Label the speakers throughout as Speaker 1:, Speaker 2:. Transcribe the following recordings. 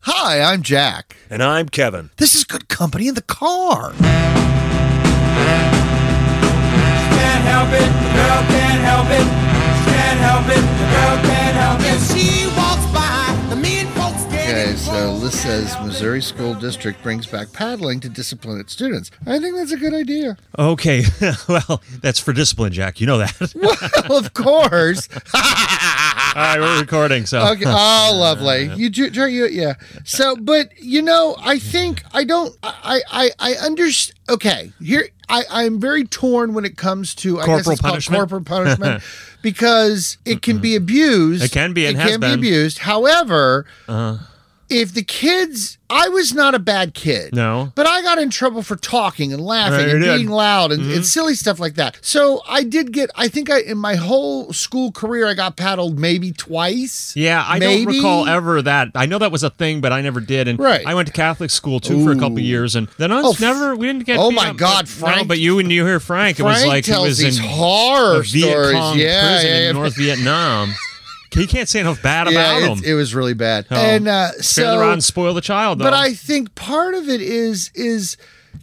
Speaker 1: Hi, I'm Jack.
Speaker 2: And I'm Kevin.
Speaker 1: This is good company in the car.
Speaker 3: can't help it, the girl can't help it. She can't help it, the girl can't help it. If she walks by, the mean folks get
Speaker 1: Okay, so Liz says Missouri School District brings back paddling to discipline its students. I think that's a good idea.
Speaker 2: Okay, well, that's for discipline, Jack. You know that. All
Speaker 1: Well, of course.
Speaker 2: right, we're recording, so.
Speaker 1: Okay. Oh, lovely. You, ju- ju- you, yeah. So, but you know, I think I don't. I, I, I understand. Okay, here I, I'm very torn when it comes to I guess
Speaker 2: Corporal
Speaker 1: it's called
Speaker 2: punishment?
Speaker 1: corporal punishment, because it can be abused.
Speaker 2: It can be and
Speaker 1: it
Speaker 2: has
Speaker 1: can be
Speaker 2: been. Uh-huh.
Speaker 1: abused. However, if the kids, I was not a bad kid.
Speaker 2: No.
Speaker 1: But I got in trouble for talking and laughing
Speaker 2: Right, you
Speaker 1: and
Speaker 2: did. Mm-hmm.
Speaker 1: being loud and, and silly stuff like that. So I did get, I think I, in my whole school career, I got paddled maybe twice.
Speaker 2: Yeah, I don't
Speaker 1: Maybe.
Speaker 2: recall ever that. I know that was a thing, but I never did. And
Speaker 1: Right.
Speaker 2: I went to Catholic school too for a couple
Speaker 1: Ooh.
Speaker 2: years, and then I
Speaker 1: Oh,
Speaker 2: was
Speaker 1: f-
Speaker 2: never. We didn't get.
Speaker 1: Oh
Speaker 2: beat
Speaker 1: my
Speaker 2: up,
Speaker 1: God,
Speaker 2: but- No,
Speaker 1: Frank-
Speaker 2: but you and you hear Frank.
Speaker 1: Frank
Speaker 2: it was like he
Speaker 1: tells
Speaker 2: was
Speaker 1: these
Speaker 2: in a
Speaker 1: horror
Speaker 2: Viet
Speaker 1: stories.
Speaker 2: Cong
Speaker 1: yeah,
Speaker 2: prison
Speaker 1: yeah,
Speaker 2: in
Speaker 1: yeah.
Speaker 2: North Vietnam. He can't say enough bad
Speaker 1: Yeah, it,
Speaker 2: about him.
Speaker 1: it was really bad.
Speaker 2: Oh.
Speaker 1: And uh,
Speaker 2: Spare the rod
Speaker 1: so,
Speaker 2: and spoil the child. Though.
Speaker 1: but I think part of it is is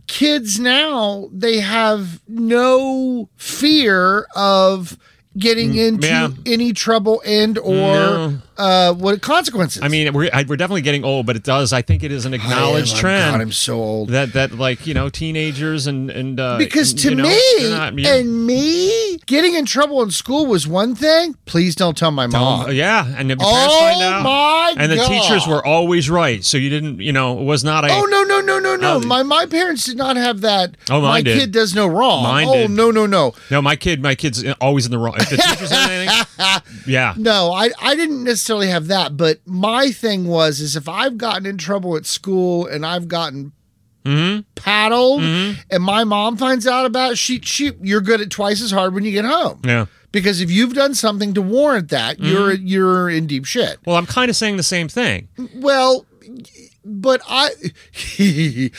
Speaker 1: kids now they have no fear of getting into
Speaker 2: Mm, yeah.
Speaker 1: any trouble and or
Speaker 2: No.
Speaker 1: uh, what consequences.
Speaker 2: I mean, we're I, we're definitely getting old, but it does. I think it is an acknowledged
Speaker 1: Oh, my
Speaker 2: trend.
Speaker 1: God, I'm so old.
Speaker 2: that that like you know teenagers and and uh,
Speaker 1: because
Speaker 2: and,
Speaker 1: to
Speaker 2: you know,
Speaker 1: me
Speaker 2: they're not- you-
Speaker 1: and me getting in trouble in school was one thing. Please don't tell my mom.
Speaker 2: um, yeah, and if your parents
Speaker 1: Oh
Speaker 2: find out,
Speaker 1: my
Speaker 2: and the
Speaker 1: God.
Speaker 2: teachers were always right, so you didn't you know it was not a
Speaker 1: Oh no no no no no!
Speaker 2: Oh,
Speaker 1: my my parents did not have that.
Speaker 2: Oh,
Speaker 1: my
Speaker 2: mine did.
Speaker 1: kid does no wrong.
Speaker 2: Mine
Speaker 1: oh
Speaker 2: did.
Speaker 1: no no no
Speaker 2: no my kid my kid's always in the wrong. If the teacher's in anything, yeah,
Speaker 1: no! I I didn't necessarily have that, but my thing was is if I've gotten in trouble at school and I've gotten
Speaker 2: Mm-hmm.
Speaker 1: paddled, and my mom finds out about it, she she you're good at twice as hard when you get home.
Speaker 2: yeah. Mm-hmm.
Speaker 1: Because if you've done something to warrant that, you're you're in deep shit.
Speaker 2: Well, I'm kind of saying the same thing.
Speaker 1: Well, but I,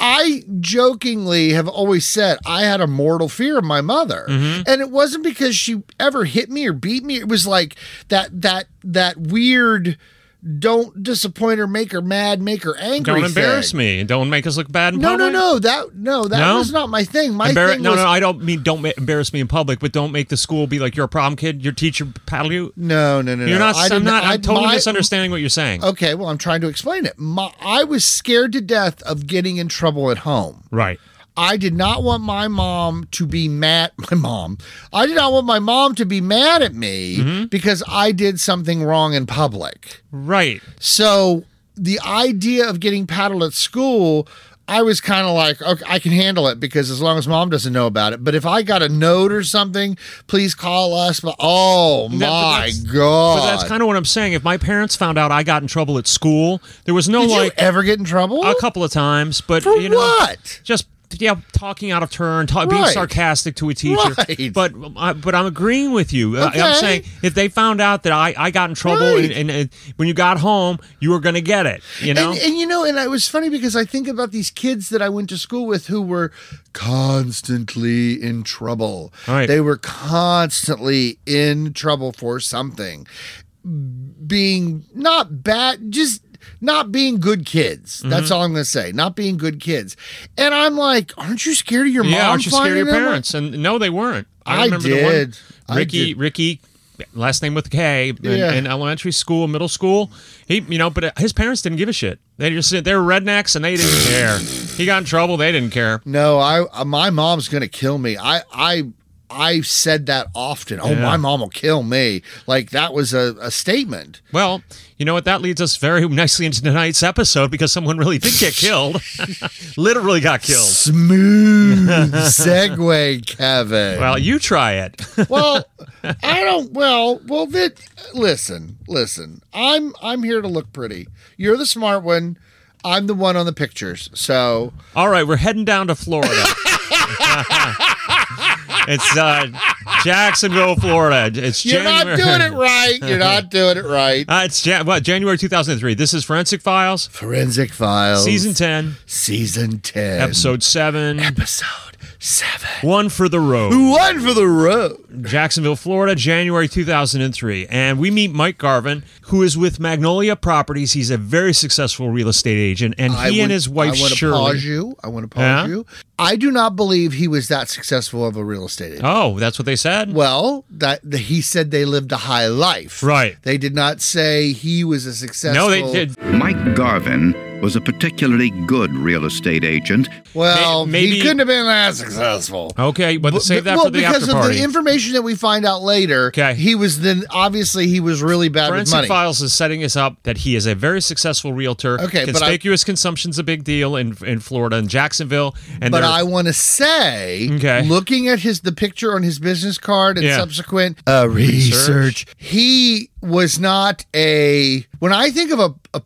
Speaker 1: I jokingly have always said I had a mortal fear of my mother,
Speaker 2: Mm-hmm.
Speaker 1: and it wasn't because she ever hit me or beat me. It was like that that that weird, don't disappoint her, make her mad, make her angry.
Speaker 2: Don't embarrass
Speaker 1: thing.
Speaker 2: me. Don't make us look bad in
Speaker 1: No, no,
Speaker 2: public.
Speaker 1: no. That no, that
Speaker 2: No?
Speaker 1: was not my thing. My
Speaker 2: Embarrass-
Speaker 1: thing
Speaker 2: no,
Speaker 1: was
Speaker 2: no, I don't mean don't ma- embarrass me in public, but don't make the school be like you're a problem kid. Your teacher paddle you.
Speaker 1: no, no, no.
Speaker 2: You're
Speaker 1: no.
Speaker 2: not.
Speaker 1: I
Speaker 2: I'm
Speaker 1: didn't-
Speaker 2: not.
Speaker 1: I-
Speaker 2: I'm totally
Speaker 1: my- Oh.
Speaker 2: misunderstanding what you're saying.
Speaker 1: Okay, well, I'm trying to explain it. My, I was scared to death of getting in trouble at home.
Speaker 2: Right.
Speaker 1: I did not want my mom to be mad. My mom. I did not want my mom to be mad at me
Speaker 2: Mm-hmm.
Speaker 1: because I did something wrong in public.
Speaker 2: Right.
Speaker 1: So the idea of getting paddled at school, I was kind of like, okay, I can handle it because as long as mom doesn't know about it. But if I got a note or something, please call us. But oh
Speaker 2: but
Speaker 1: my
Speaker 2: that's-
Speaker 1: god!
Speaker 2: But that's kind of what I'm saying. If my parents found out I got in trouble at school, there was no
Speaker 1: did
Speaker 2: like
Speaker 1: you ever get in trouble?
Speaker 2: a couple of times, but
Speaker 1: For
Speaker 2: you know,
Speaker 1: what?
Speaker 2: Just yeah, talking out of turn, ta- being
Speaker 1: Right.
Speaker 2: sarcastic to a teacher.
Speaker 1: Right.
Speaker 2: But I but I'm agreeing with you. I- I'm
Speaker 1: Okay.
Speaker 2: saying if they found out that I, I got in trouble
Speaker 1: Right.
Speaker 2: and, and, and when you got home, you were gonna get it. You know.
Speaker 1: And, and you know, and it was funny because I think about these kids that I went to school with who were constantly in trouble.
Speaker 2: Right.
Speaker 1: They were constantly in trouble for something. Being not bad, just not being good kids.
Speaker 2: Mm-hmm.
Speaker 1: That's all I'm going to say. Not being good kids. And I'm like, aren't you scared of your mom?
Speaker 2: yeah, aren't you scared of
Speaker 1: finding
Speaker 2: your
Speaker 1: out?"
Speaker 2: parents? And no, they weren't.
Speaker 1: I
Speaker 2: remember
Speaker 1: did.
Speaker 2: the
Speaker 1: I
Speaker 2: one Ricky
Speaker 1: did.
Speaker 2: Ricky last name with a K in,
Speaker 1: Yeah.
Speaker 2: in elementary school, middle school. He you know, but uh, his parents didn't give a shit. They just they were rednecks and they didn't care. He got in trouble, they didn't care.
Speaker 1: No, I uh, my mom's gonna kill me. I I I said that often. Oh,
Speaker 2: Yeah.
Speaker 1: my mom will kill me. Like that was a, a statement.
Speaker 2: Well, you know what? That leads us very nicely into tonight's episode because someone really did get killed. Literally got killed.
Speaker 1: Smooth segue, Kevin.
Speaker 2: Well, you try it.
Speaker 1: Well, I don't. Well, well. That listen, listen. I'm I'm here to look pretty. You're the smart one. I'm the one on the pictures. So
Speaker 2: All right, we're heading down to Florida. it's uh, Jacksonville, Florida. It's
Speaker 1: you're
Speaker 2: January.
Speaker 1: not doing it right. You're not doing it right.
Speaker 2: Uh, it's Jan- what, January 2003. This is Forensic Files,
Speaker 1: Forensic Files,
Speaker 2: Season 10,
Speaker 1: season Oh, ten,
Speaker 2: Episode 7.
Speaker 1: episode seven.
Speaker 2: One for the road.
Speaker 1: One for the road.
Speaker 2: Jacksonville, Florida, January 2003. And we meet Mike Garvin, who is with Magnolia Properties. He's a very successful real estate agent, and he and his wife
Speaker 1: I want to
Speaker 2: Shirley.
Speaker 1: pause you. I want to pause
Speaker 2: Yeah?
Speaker 1: you. I do not believe he was that successful of a real estate agent.
Speaker 2: Oh, that's what they said.
Speaker 1: Well, that the, he said they lived a high life.
Speaker 2: Right.
Speaker 1: They did not say he was a successful.
Speaker 2: no, they did.
Speaker 4: Mike Garvin was a particularly good real estate agent
Speaker 1: Well,
Speaker 2: May- maybe-
Speaker 1: he couldn't have been that successful.
Speaker 2: Okay, but, save that
Speaker 1: well,
Speaker 2: for the
Speaker 1: because
Speaker 2: after party.
Speaker 1: of the information that we find out later,
Speaker 2: Okay.
Speaker 1: he was then obviously he was really bad with
Speaker 2: Forensic
Speaker 1: money.
Speaker 2: Files is setting us up that he is a very successful realtor.
Speaker 1: Okay, but I-
Speaker 2: conspicuous consumption's a big deal in in Florida and Jacksonville. And
Speaker 1: But
Speaker 2: they're-
Speaker 1: I want to say,
Speaker 2: Okay.
Speaker 1: looking at his the picture on his business card and
Speaker 2: Yeah.
Speaker 1: subsequent uh, research, he was not a. When I think of a, a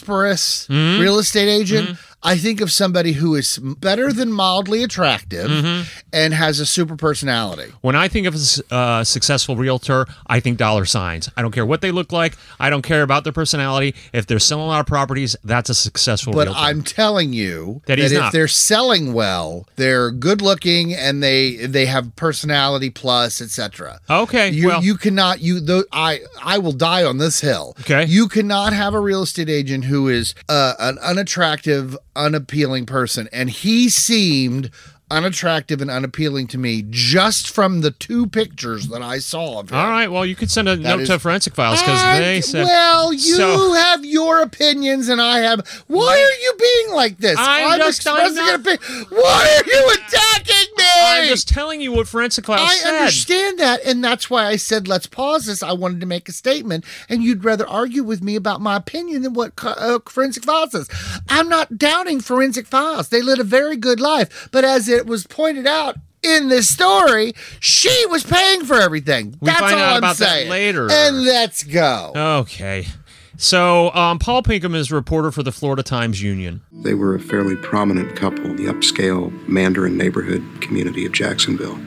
Speaker 1: prosperous
Speaker 2: Mm-hmm.
Speaker 1: real estate agent, I think of somebody who is better than mildly attractive
Speaker 2: Mm-hmm.
Speaker 1: and has a super personality.
Speaker 2: when I think of a s- uh, successful realtor, I think dollar signs. I don't care what they look like. I don't care about their personality. If they're selling a lot of properties, that's a successful
Speaker 1: But
Speaker 2: realtor.
Speaker 1: I'm telling you
Speaker 2: That
Speaker 1: that,
Speaker 2: he's
Speaker 1: if
Speaker 2: not.
Speaker 1: they're selling well, they're good looking and they they have personality plus, etc.
Speaker 2: Okay,
Speaker 1: You
Speaker 2: well-
Speaker 1: you cannot you though I I will die on this hill.
Speaker 2: Okay.
Speaker 1: You cannot have a real estate agent who is uh, an unattractive, unappealing person and he seemed unattractive and unappealing to me just from the two pictures that I saw of him.
Speaker 2: All right. Well, you could send a note
Speaker 1: is-
Speaker 2: to Forensic Files because
Speaker 1: And,
Speaker 2: they said.
Speaker 1: well, you
Speaker 2: So-
Speaker 1: have your opinions, and I have. Why are you being like this?
Speaker 2: I'm just- I'm
Speaker 1: expressing
Speaker 2: not-
Speaker 1: an opinion. Why are you attacking me?
Speaker 2: I'm just telling you what Forensic Files
Speaker 1: I
Speaker 2: said.
Speaker 1: understand that, and that's why I said let's pause this. I wanted to make a statement, and you'd rather argue with me about my opinion than what co- uh, Forensic Files says. I'm not doubting Forensic Files; they led a very good life, but as it was pointed out in this story, she was paying for everything.
Speaker 2: We
Speaker 1: that's
Speaker 2: find
Speaker 1: all
Speaker 2: out
Speaker 1: I'm
Speaker 2: about that
Speaker 1: saying.
Speaker 2: later. Oh,
Speaker 1: and let's go.
Speaker 2: Okay. So, um, Paul Pinkham is a reporter for the Florida Times Union.
Speaker 5: They were a fairly prominent couple, the upscale Mandarin neighborhood community of Jacksonville.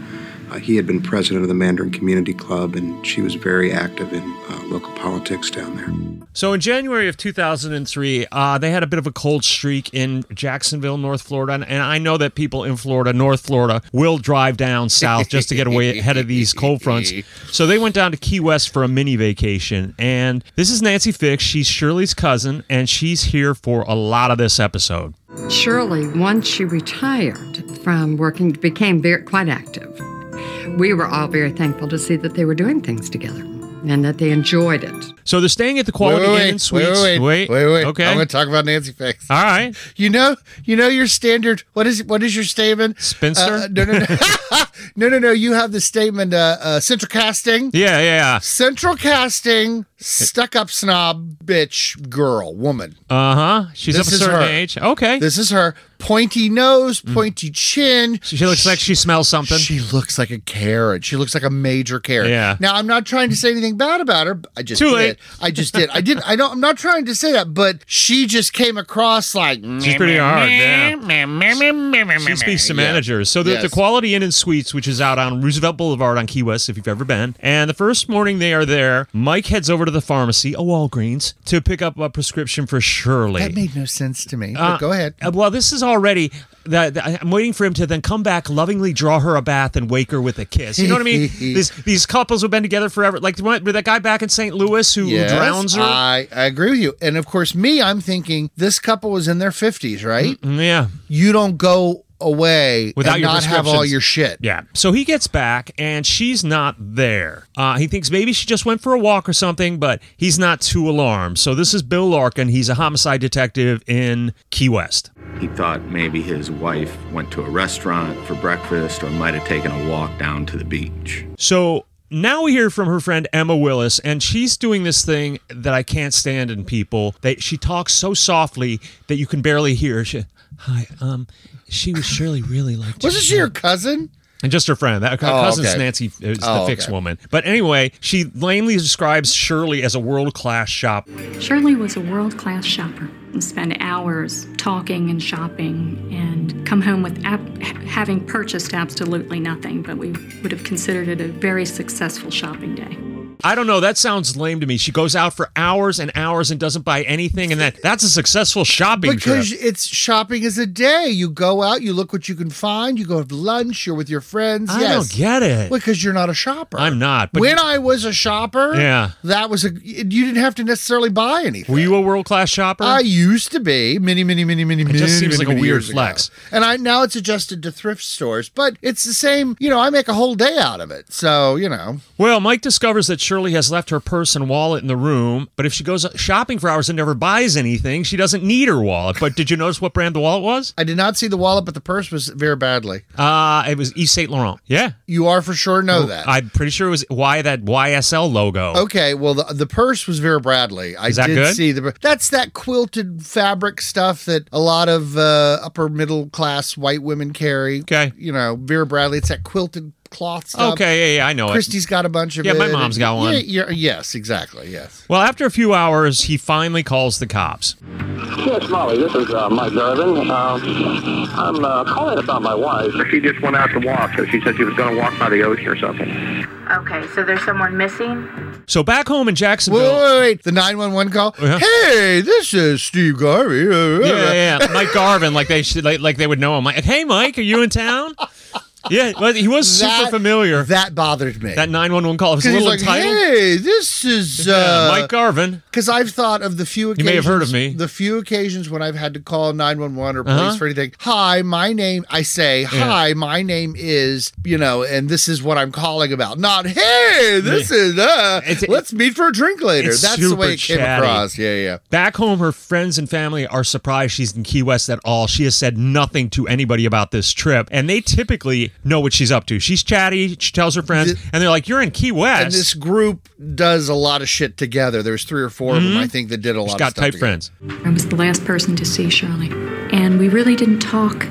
Speaker 5: Uh, he had been president of the Mandarin Community Club, and she was very active in uh, local politics down there.
Speaker 2: So in January of 2003, uh, they had a bit of a cold streak in Jacksonville, North Florida, and, and I know that people in Florida, North Florida, will drive down south just to get away ahead of these cold fronts. So they went down to Key West for a mini vacation, and this is Nancy Fix. She's Shirley's cousin, and she's here for a lot of this episode.
Speaker 6: Shirley, once she retired from working, became very, quite active. We were all very thankful to see that they were doing things together and that they enjoyed it.
Speaker 2: So they're staying at the Quality Inn and Suites.
Speaker 1: Wait, wait, wait, wait.
Speaker 2: Okay. Uh,
Speaker 1: I'm going to talk about Nancy Fix.
Speaker 2: All right.
Speaker 1: You know, you know your standard. What is what is your statement?
Speaker 2: Spinster?
Speaker 1: Uh, no, no, no, no, no, no. You have the statement. Uh, uh, central casting.
Speaker 2: Yeah, yeah, yeah.
Speaker 1: Central casting. Stuck up snob bitch girl woman.
Speaker 2: Uh huh. She's
Speaker 1: This
Speaker 2: of a
Speaker 1: is
Speaker 2: certain
Speaker 1: her.
Speaker 2: age. Okay.
Speaker 1: This is her. Pointy nose, pointy chin.
Speaker 2: Mm. she looks like she smells something.
Speaker 1: She looks like a carrot. She looks like a major carrot.
Speaker 2: Yeah.
Speaker 1: Now I'm not trying to say anything bad about her. but I just
Speaker 2: Too
Speaker 1: did.
Speaker 2: late.
Speaker 1: I just did. I didn't. I don't. I'm not trying to say that. But she just came across like
Speaker 2: She's pretty hard, yeah. She speaks to
Speaker 1: Yeah.
Speaker 2: managers. So the, the
Speaker 1: Yes.
Speaker 2: Quality Inn and Suites, which is out on Roosevelt Boulevard on Key West, if you've ever been. And the first morning they are there, Mike heads over to the pharmacy, a Walgreens, to pick up a prescription for Shirley.
Speaker 1: That made no sense to me.
Speaker 2: Uh,
Speaker 1: but go ahead.
Speaker 2: uh, well, this is already. That, that- I'm waiting for him to then come back, lovingly draw her a bath, and wake her with a kiss. You know what I mean? these these couples have been together forever. Like what- that guy back in St. Louis who, who
Speaker 1: Yes, uh,
Speaker 2: drowns her.
Speaker 1: I, I agree with you. And of course, me, I'm thinking this couple was in their 50s, right?
Speaker 2: yeah.
Speaker 1: You don't go away
Speaker 2: Without
Speaker 1: and
Speaker 2: your
Speaker 1: not have all
Speaker 2: prescriptions.
Speaker 1: your shit.
Speaker 2: Yeah. So he gets back and she's not there. Uh, he thinks maybe she just went for a walk or something, but he's not too alarmed. So this is Bill Larkin. He's a homicide detective in Key West.
Speaker 7: He thought maybe his wife went to a restaurant for breakfast or might have taken a walk down to the beach.
Speaker 2: So now we hear from her friend Emma Willis, and she's doing this thing that I can't stand in people. That she talks so softly that you can barely hear. She, Hi, um, she was surely really like.
Speaker 1: Wasn't she your cousin?
Speaker 2: And just her friend. That, her
Speaker 1: Oh,
Speaker 2: cousin's
Speaker 1: okay.
Speaker 2: Nancy, is the
Speaker 1: Oh,
Speaker 2: fix
Speaker 1: okay.
Speaker 2: woman. But anyway, she lamely describes Shirley as a world class shop.
Speaker 8: Shirley was a world class shopper and spent hours talking and shopping and come home with ab- having purchased absolutely nothing, but we would have considered it a very successful shopping day.
Speaker 2: I don't know. That sounds lame to me. She goes out for hours and hours and doesn't buy anything, and that that's a successful shopping
Speaker 1: Because
Speaker 2: trip.
Speaker 1: it's shopping is a day. You go out, you look what you can find, you go have lunch, you're with your friends.
Speaker 2: I
Speaker 1: yes.
Speaker 2: don't get it.
Speaker 1: because you're not a shopper.
Speaker 2: I'm not, but-
Speaker 1: when I was a shopper,
Speaker 2: Yeah.
Speaker 1: that was a. You didn't have to necessarily buy anything.
Speaker 2: Were you a world class shopper?
Speaker 1: I used to be many, many, many, many, many.
Speaker 2: just seems
Speaker 1: many,
Speaker 2: like a
Speaker 1: many
Speaker 2: weird
Speaker 1: years ago.
Speaker 2: flex.
Speaker 1: And I now it's adjusted to thrift stores, but it's the same. You know, I make a whole day out of it. So you know,
Speaker 2: Well, Mike discovers that Shirley has left her purse and wallet in the room, but if she goes shopping for hours and never buys anything, she doesn't need her wallet. But did you notice what brand the wallet was?
Speaker 1: I did not see the wallet, but the purse was very badly.
Speaker 2: Uh, it was Yves Saint Laurent. Yeah.
Speaker 1: You are for sure know that. Oh,
Speaker 2: I'm pretty sure it was why that YSL logo.
Speaker 1: Okay, well the, the purse was Vera Bradley. I
Speaker 2: Is that
Speaker 1: did
Speaker 2: good?
Speaker 1: see the that's that quilted fabric stuff that a lot of uh, upper middle class white women carry.
Speaker 2: Okay.
Speaker 1: you know Vera Bradley. It's that quilted cloth stuff.
Speaker 2: Okay, yeah, yeah, I know it.
Speaker 1: Christie's got a bunch of
Speaker 2: Yeah,
Speaker 1: it.
Speaker 2: my mom's got one.
Speaker 1: Yeah, yeah, yes, exactly. Yes.
Speaker 2: Well, after a few hours, he finally calls the cops.
Speaker 9: Yes, Molly, this is uh, Mike Garvin. Um, I'm uh, calling about my wife. She just went out to walk, so she said she was going to walk by the ocean or something.
Speaker 10: Okay, so there's someone missing?
Speaker 2: So back home in
Speaker 1: Wait,
Speaker 2: Jacksonville.
Speaker 1: wait, wait. The nine one one call.
Speaker 2: Oh, Yeah.
Speaker 1: Hey, this is Steve Garvey. Uh,
Speaker 2: Yeah, yeah, yeah. Mike Garvin, like they should, like, like they would know him. Like, hey, Mike, are you in town? Yeah, well, he was super
Speaker 1: That-
Speaker 2: familiar. That,
Speaker 1: That bothered me.
Speaker 2: 911 call. It was a
Speaker 1: because he's
Speaker 2: little
Speaker 1: like,
Speaker 2: entitled.
Speaker 1: hey, this is
Speaker 2: Yeah,
Speaker 1: uh,
Speaker 2: Mike Garvin.
Speaker 1: Because I've thought of the few
Speaker 2: You
Speaker 1: occasions,
Speaker 2: may have heard of me.
Speaker 1: The few occasions when I've had to call 911 or police
Speaker 2: Uh-huh.
Speaker 1: for anything. Hi, my name, I say, hi, my name is, you know, and this is what I'm calling about. Not, hey, this is, uh,
Speaker 2: It's-
Speaker 1: let's meet for a drink later.
Speaker 2: it's
Speaker 1: That's the way
Speaker 2: super
Speaker 1: it came
Speaker 2: chatty.
Speaker 1: across. Yeah, yeah.
Speaker 2: Back home, her friends and family are surprised she's in Key West at all. She has said nothing to anybody about this trip, and they typically know what she's up to. She's chatty, she tells her friends,
Speaker 1: Th-
Speaker 2: and they're like, You're in Key West.
Speaker 1: And this group does a lot of shit together. There's three or 4 of them, I think, that did a lot
Speaker 2: she's
Speaker 1: of
Speaker 2: Mm-hmm. got
Speaker 1: stuff
Speaker 2: type
Speaker 1: together.
Speaker 2: friends.
Speaker 8: I was the last person to see Shirley, and we really didn't talk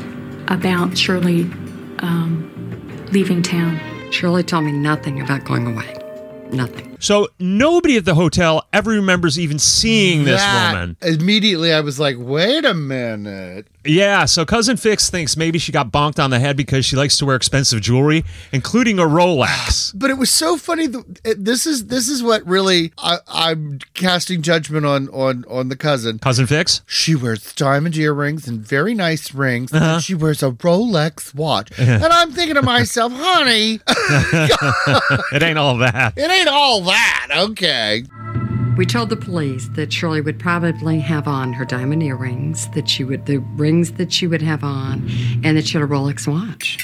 Speaker 8: about Shirley um, leaving town.
Speaker 6: Shirley told me nothing about going away. Nothing.
Speaker 2: So nobody at the hotel ever remembers even seeing this
Speaker 1: That-
Speaker 2: woman.
Speaker 1: Immediately, I was like, wait a minute.
Speaker 2: Yeah, so Cousin Fix thinks maybe she got bonked on the head because she likes to wear expensive jewelry, including a Rolex.
Speaker 1: but it was so funny. th- it- This is this is what really I, I'm casting judgment on on on the cousin.
Speaker 2: Cousin Fix?
Speaker 1: She wears diamond earrings and very nice rings.
Speaker 2: Uh-huh.
Speaker 1: And she wears a Rolex watch, and I'm thinking to myself, "Honey,
Speaker 2: It ain't all that.
Speaker 1: it ain't all that." Okay,
Speaker 6: We told the police that Shirley would probably have on her diamond earrings, that she would the rings that she would have on, and that she had a Rolex watch.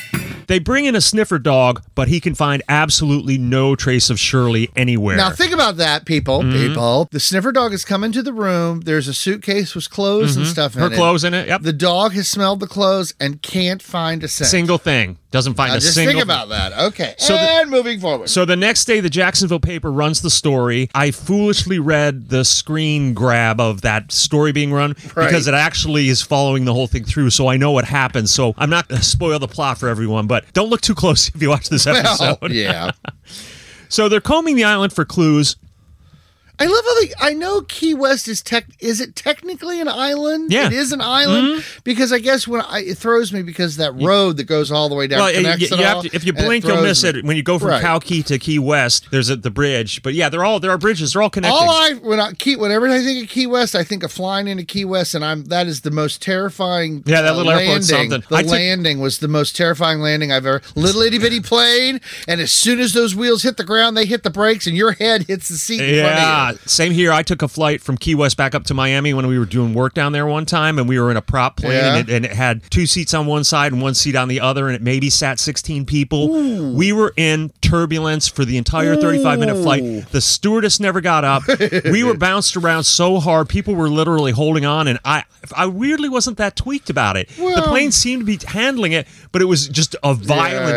Speaker 2: They bring in a sniffer dog, but he can find absolutely no trace of Shirley anywhere.
Speaker 1: now think about that, people.
Speaker 2: Mm-hmm.
Speaker 1: People, the sniffer dog has come into the room. There's a suitcase with clothes and stuff in
Speaker 2: Mm-hmm. Her
Speaker 1: it.
Speaker 2: clothes in it. Yep.
Speaker 1: The dog has smelled the clothes and can't find a scent.
Speaker 2: single thing. Doesn't find
Speaker 1: Now
Speaker 2: a
Speaker 1: just
Speaker 2: single.
Speaker 1: think about that. Okay,
Speaker 2: So the-
Speaker 1: and moving forward.
Speaker 2: So the next day, the Jacksonville paper runs the story. I foolishly read the screen grab of that story being run because it actually is following the whole thing through, so I know what happens. So I'm not going to spoil the plot for everyone, but don't look too close if you watch this episode.
Speaker 1: well, Oh, yeah.
Speaker 2: So they're combing the island for clues.
Speaker 1: I love how they. I know Key West is tech. Is it technically an island?
Speaker 2: Yeah. Mm-hmm.
Speaker 1: it is an island because I guess when I it throws me because that road that goes all the way down
Speaker 2: Well, you-
Speaker 1: connects
Speaker 2: you
Speaker 1: it
Speaker 2: have
Speaker 1: all,
Speaker 2: to- if you
Speaker 1: and it
Speaker 2: blink, you'll
Speaker 1: throws
Speaker 2: miss
Speaker 1: me.
Speaker 2: it. When you go from
Speaker 1: Right.
Speaker 2: Cow Key to Key West, there's a, the bridge. But yeah, they're all there are bridges. They're all connected.
Speaker 1: All I when I Key whenever I think of Key West, I think of flying into Key West, and I'm that is the most terrifying. uh,
Speaker 2: Yeah, that little
Speaker 1: landing.
Speaker 2: airport's something.
Speaker 1: The
Speaker 2: I took-
Speaker 1: landing was the most terrifying landing I've ever. Little itty bitty plane, and as soon as those wheels hit the ground, they hit the brakes, and your head hits the seat. in front of you.
Speaker 2: Yeah, uh, same here. I took a flight from Key West back up to Miami when we were doing work down there one time, and we were in a prop plane,
Speaker 1: Yeah.
Speaker 2: and, it, and it had two seats on one side and one seat on the other, and it maybe sat 16 people. We were in turbulence for the entire 35 minute flight. The stewardess never got up. we were bounced around so hard, people were literally holding on, and I, I weirdly wasn't that tweaked about it. the plane seemed to be handling it, but it was just a violent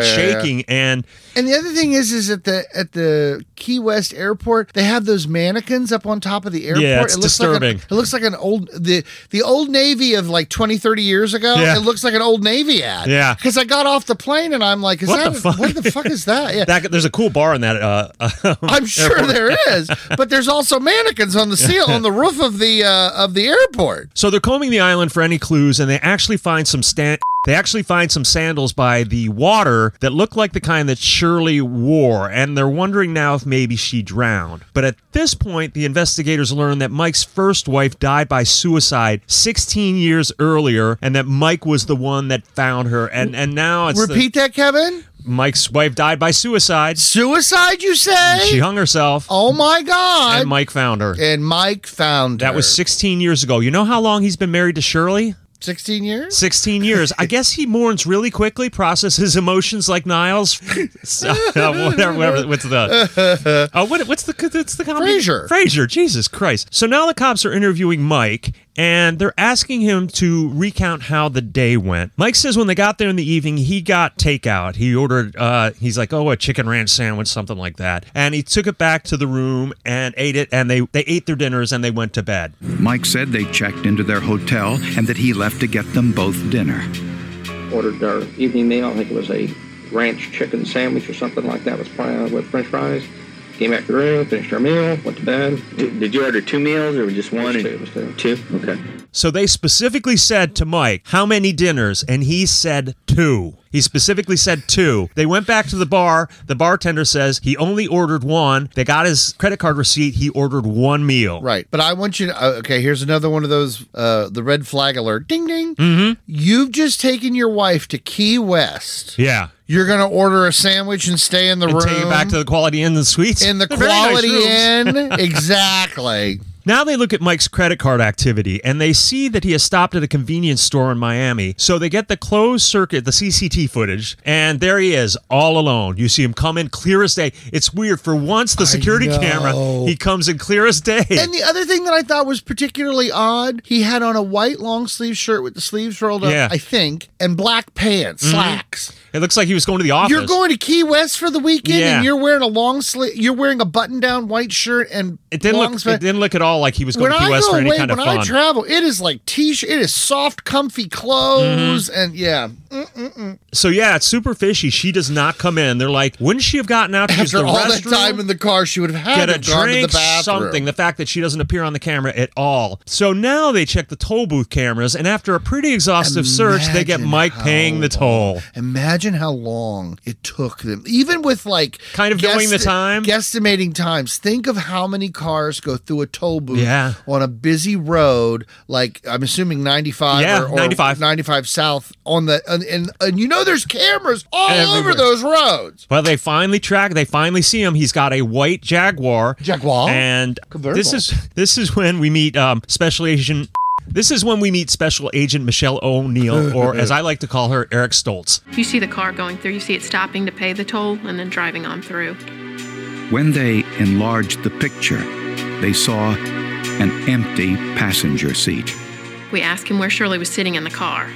Speaker 1: Yeah, yeah, yeah.
Speaker 2: shaking, and
Speaker 1: And the other thing is, is at the at the Key West airport, they have those mannequins up on top of the airport.
Speaker 2: Yeah, it's
Speaker 1: looks like an-
Speaker 2: disturbing.
Speaker 1: it looks like an old the the old Navy of like 20, 30 years ago.
Speaker 2: Yeah.
Speaker 1: It looks like an old Navy ad.
Speaker 2: Yeah.
Speaker 1: Because I got off the plane and I'm like, is
Speaker 2: What
Speaker 1: that
Speaker 2: the fuck?
Speaker 1: what the fuck is that? Yeah.
Speaker 2: That- a there's a cool bar in that. Uh,
Speaker 1: I'm sure there is, but there's also mannequins on the seal on the roof of the uh, of the airport.
Speaker 2: So they're combing the island for any clues, and they actually find some stan They actually find some sandals by the water that look like the kind that Shirley wore, and they're wondering now if maybe she drowned. But at this point, the investigators learn that Mike's first wife died by suicide 16 years earlier, and that Mike was the one that found her. And and now it's the-
Speaker 1: Repeat that, Kevin.
Speaker 2: Mike's wife died by suicide.
Speaker 1: Suicide, you say?
Speaker 2: She hung herself,
Speaker 1: oh my God!
Speaker 2: and Mike found her.
Speaker 1: And Mike found
Speaker 2: That
Speaker 1: her.
Speaker 2: was 16 years ago. You know how long he's been married to Shirley?
Speaker 1: 16 years.
Speaker 2: 16 years. I guess he mourns really quickly, processes emotions like Niles. So, uh, whatever, whatever. What's the. Uh, what, what's the. What's the comedy?
Speaker 1: Frasier.
Speaker 2: Frasier. Jesus Christ. So now the cops are interviewing Mike. And they're asking him to recount how the day went. Mike says when they got there in the evening, he got takeout. He ordered, uh, he's like, oh, a chicken ranch sandwich, something like that. And he took it back to the room and ate it. And they, they ate their dinners and they went to bed.
Speaker 4: Mike said they checked into their hotel and that he left to get them both dinner.
Speaker 9: Ordered our evening meal. I think it was a ranch chicken sandwich or something like that. Was probably with French fries. Came back to the room, finished our meal, went to bed. Did, did you order two meals or just one? Two, it was two. Two. Okay.
Speaker 2: So they specifically said to Mike, How many dinners? And he said two. He specifically said two. They went back to the bar. The bartender says he only ordered one. They got his credit card receipt. He ordered one meal.
Speaker 1: Right, but I want you to. Uh, okay, here's another one of those. Uh, the red flag alert. Ding ding. Mm-hmm. You've just taken your wife to Key West.
Speaker 2: Yeah.
Speaker 1: You're gonna order a sandwich and stay in the
Speaker 2: And
Speaker 1: room.
Speaker 2: take it back to the Quality Inn and Suites.
Speaker 1: in the
Speaker 2: They're very nice
Speaker 1: Quality
Speaker 2: rooms.
Speaker 1: Inn. exactly.
Speaker 2: Now they look at Mike's credit card activity and they see that he has stopped at a convenience store in Miami. So they get the closed circuit, the CCT footage, and there he is, all alone. You see him come in clear as day. It's weird. For once, the security
Speaker 1: know.
Speaker 2: camera, he comes in clear as day.
Speaker 1: And the other thing that I thought was particularly odd, he had on a white long sleeve shirt with the sleeves rolled up,
Speaker 2: Yeah. Mm-hmm.
Speaker 1: I think, and black pants, slacks.
Speaker 2: it looks like he was going to the office.
Speaker 1: You're going to Key West for the weekend,
Speaker 2: Yeah.
Speaker 1: and you're wearing a long sleeve. You're wearing a button-down white shirt, and
Speaker 2: it didn't
Speaker 1: long
Speaker 2: look.
Speaker 1: sli-
Speaker 2: It didn't look at all like he was going
Speaker 1: when
Speaker 2: to
Speaker 1: I
Speaker 2: Key West
Speaker 1: go
Speaker 2: for any
Speaker 1: away,
Speaker 2: kind of
Speaker 1: when
Speaker 2: fun.
Speaker 1: I travel, it is like t-shirt. It is soft, comfy clothes,
Speaker 2: Mm-hmm.
Speaker 1: and yeah,
Speaker 2: so yeah, it's super fishy. She does not come in. They're like, wouldn't she have gotten out to use
Speaker 1: after
Speaker 2: the
Speaker 1: all
Speaker 2: restroom?
Speaker 1: that time in the car, she would have had
Speaker 2: get
Speaker 1: to
Speaker 2: a
Speaker 1: have gone to
Speaker 2: drink,
Speaker 1: the bathroom.
Speaker 2: something. The fact that she doesn't appear on the camera at all. So now they check the toll booth cameras, and after a pretty exhaustive search, they get
Speaker 1: Imagine
Speaker 2: Mike paying
Speaker 1: how
Speaker 2: the toll.
Speaker 1: Imagine how long it took them, even with like
Speaker 2: Kind of knowing the time.
Speaker 1: guesstimating times. Think of how many cars go through a toll booth
Speaker 2: Yeah.
Speaker 1: on a busy road, like I'm assuming 95
Speaker 2: Yeah,
Speaker 1: or, or
Speaker 2: 95.
Speaker 1: 95 south on the and, and and you know there's cameras all over
Speaker 2: Everywhere.
Speaker 1: those roads.
Speaker 2: Well, they finally track. They finally see him. He's got a white Jaguar.
Speaker 1: Jaguar?
Speaker 2: And
Speaker 1: Convertible.
Speaker 2: this is this is when we meet um, Special Agent. This is when we meet Special Agent Michelle O'Neill, or as I like to call her, Eric Stoltz.
Speaker 10: You see the car going through, you see it stopping to pay the toll and then driving on through.
Speaker 4: When they enlarged the picture, they saw an empty passenger seat.
Speaker 10: We asked him where Shirley was sitting in the car.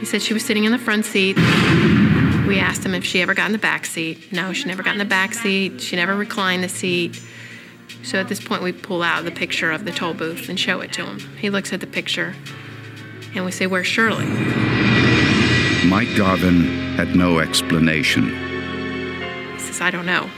Speaker 10: He said she was sitting in the front seat. We asked him if she ever got in the back seat. No, she never got in the back seat. She never reclined the seat. So at this point, we pull out the picture of the toll booth and show it to him. He looks at the picture and we say, Where's Shirley?
Speaker 4: Mike Garvin had no explanation.
Speaker 10: He says, I don't know.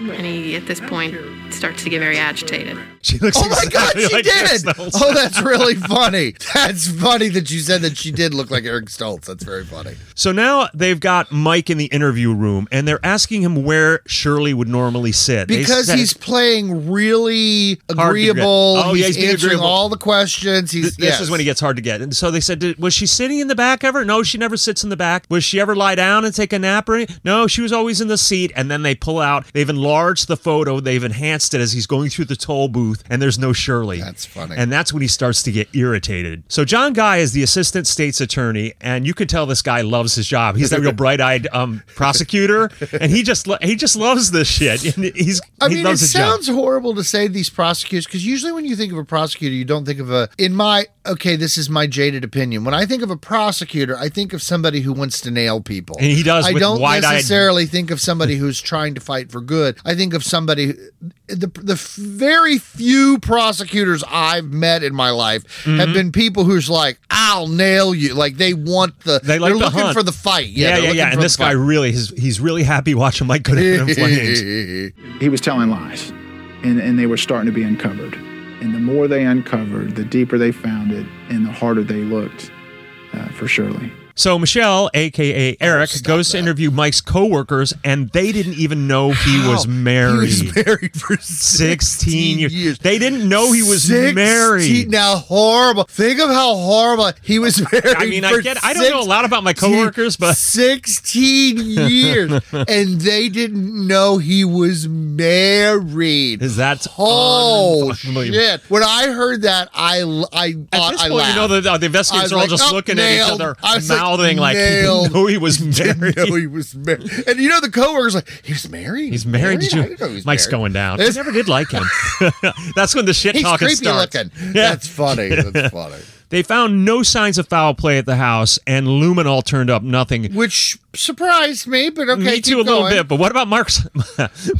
Speaker 10: And he, at this point, starts to get very agitated.
Speaker 2: She looks.
Speaker 1: Oh my god,
Speaker 2: exactly
Speaker 1: she
Speaker 2: like Eric
Speaker 1: did!
Speaker 2: Stoltz.
Speaker 1: Oh, that's really funny. That's funny that you said that she did look like Eric Stoltz. That's very funny.
Speaker 2: So now they've got Mike in the interview room, and they're asking him where Shirley would normally sit They
Speaker 1: because
Speaker 2: said-
Speaker 1: he's playing really
Speaker 2: Hard to get.
Speaker 1: agreeable.
Speaker 2: Oh,
Speaker 1: he's,
Speaker 2: yeah, he's being
Speaker 1: answering
Speaker 2: agreeable.
Speaker 1: all the questions. He's
Speaker 2: Th- This
Speaker 1: yes.
Speaker 2: is when he gets hard to get. And so they said, Did, Was she sitting in the back ever? No, she never sits in the back. Was she ever lie down and take a nap or anything? No, she was always in the seat. And then they pull out, they've enlarged the photo, they've enhanced it as he's going through the toll booth, and there's no Shirley.
Speaker 1: That's funny.
Speaker 2: And that's when he starts to get irritated. So John Guy is the assistant state's attorney, and you can tell this guy loves his job. He's that real bright eyed um, prosecutor, and he just lo- he just loves this shit. And he's,
Speaker 1: I
Speaker 2: he
Speaker 1: mean, it
Speaker 2: loves his job.
Speaker 1: sounds horrible to say these prosecutors because usually when you think of a prosecutor, you don't think of a. In my okay, this is my jaded opinion. When I think of a prosecutor, I think of somebody who wants to nail people,
Speaker 2: And he does
Speaker 1: I
Speaker 2: with
Speaker 1: don't
Speaker 2: wide-eyed-
Speaker 1: necessarily think of somebody who's trying to fight for good. I think of somebody. The the
Speaker 2: Mm-hmm.
Speaker 1: very few prosecutors I've met in my life have been people who's like, ah, I'll nail you. Like they want the
Speaker 2: They like
Speaker 1: are
Speaker 2: the
Speaker 1: looking
Speaker 2: hunt.
Speaker 1: for the fight. Yeah,
Speaker 2: Yeah,
Speaker 1: they're
Speaker 2: yeah, yeah.
Speaker 1: looking for
Speaker 2: And this
Speaker 1: the
Speaker 2: guy
Speaker 1: fight.
Speaker 2: really, he's, he's really happy watching Mike go down in flames.
Speaker 11: he was telling lies and, and they were starting to be uncovered and the more they uncovered the deeper they found it and the harder they looked uh, for shirley
Speaker 2: So Michelle, aka
Speaker 1: Oh,
Speaker 2: Eric, goes to interview Mike's coworkers, and they didn't even know he was
Speaker 1: Wow.
Speaker 2: married.
Speaker 1: He was married for
Speaker 2: 16 years. They didn't know he was
Speaker 1: 16
Speaker 2: married.
Speaker 1: Now horrible. Think of how horrible he was married.
Speaker 2: I mean,
Speaker 1: for
Speaker 2: I get. I don't know a
Speaker 1: 16
Speaker 2: lot about my coworkers, but
Speaker 1: sixteen years, and they didn't know he was married.
Speaker 2: is that
Speaker 1: Oh
Speaker 2: unfucking-believable.
Speaker 1: shit! When I heard that, I l- I
Speaker 2: At
Speaker 1: I,
Speaker 2: this
Speaker 1: I
Speaker 2: point,
Speaker 1: laughed.
Speaker 2: you know the, the
Speaker 1: I was
Speaker 2: investigators are all
Speaker 1: like,
Speaker 2: just
Speaker 1: "Oh,
Speaker 2: looking at each
Speaker 1: nailed."
Speaker 2: other,
Speaker 1: I was like,
Speaker 2: mouthing like, he didn't
Speaker 1: "Nailed."
Speaker 2: know he was married.
Speaker 1: didn't know he was married. And you know the coworkers like he was married.
Speaker 2: He's married. Did
Speaker 1: I
Speaker 2: you?
Speaker 1: didn't know he was
Speaker 2: Mike's
Speaker 1: married."
Speaker 2: going down. I
Speaker 1: It's-
Speaker 2: never did like him. That's when the shit
Speaker 1: He's
Speaker 2: talking
Speaker 1: creepy
Speaker 2: starts.
Speaker 1: looking.
Speaker 2: Yeah.
Speaker 1: That's funny. That's funny.
Speaker 2: They found no signs of foul play at the house, and Luminol turned up nothing.
Speaker 1: Which surprised me, but okay,
Speaker 2: Me too, a
Speaker 1: keep
Speaker 2: little
Speaker 1: going.
Speaker 2: bit. But what about Mark's?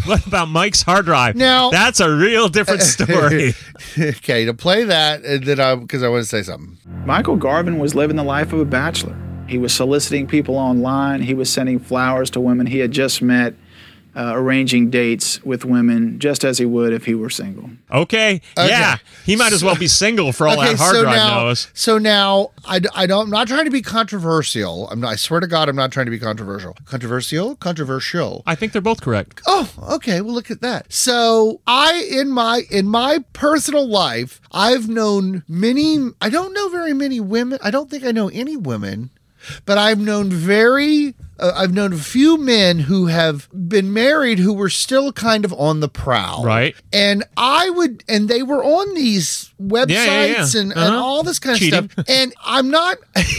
Speaker 2: what about Mike's hard drive?
Speaker 1: Now-
Speaker 2: that's a real different story.
Speaker 1: okay, to play that, and then I because I want to say something.
Speaker 11: michael garvin was living the life of a bachelor he was soliciting people online he was sending flowers to women he had just met uh, arranging dates with women just as he would if he were single
Speaker 2: okay. yeah, he might as well be single for all
Speaker 1: okay,
Speaker 2: that hard
Speaker 1: so
Speaker 2: drive
Speaker 1: now,
Speaker 2: knows.
Speaker 1: so now I, d- I don't. I'm not trying to be controversial. I'm not, I swear to God, I'm not trying to be controversial. Controversial, controversial.
Speaker 2: I think they're both correct.
Speaker 1: Oh, okay. Well, look at that. So I, in my in my personal life, I've known many. I don't know very many women. I don't think I know any women, but I've known very. Uh, I've known a few men who have been married who were still kind of on the prowl,
Speaker 2: Right.
Speaker 1: And I would, and they were on these websites
Speaker 2: yeah, yeah.
Speaker 1: and and
Speaker 2: Uh-huh.
Speaker 1: all this kind of
Speaker 2: Cheating.
Speaker 1: stuff. And I'm not,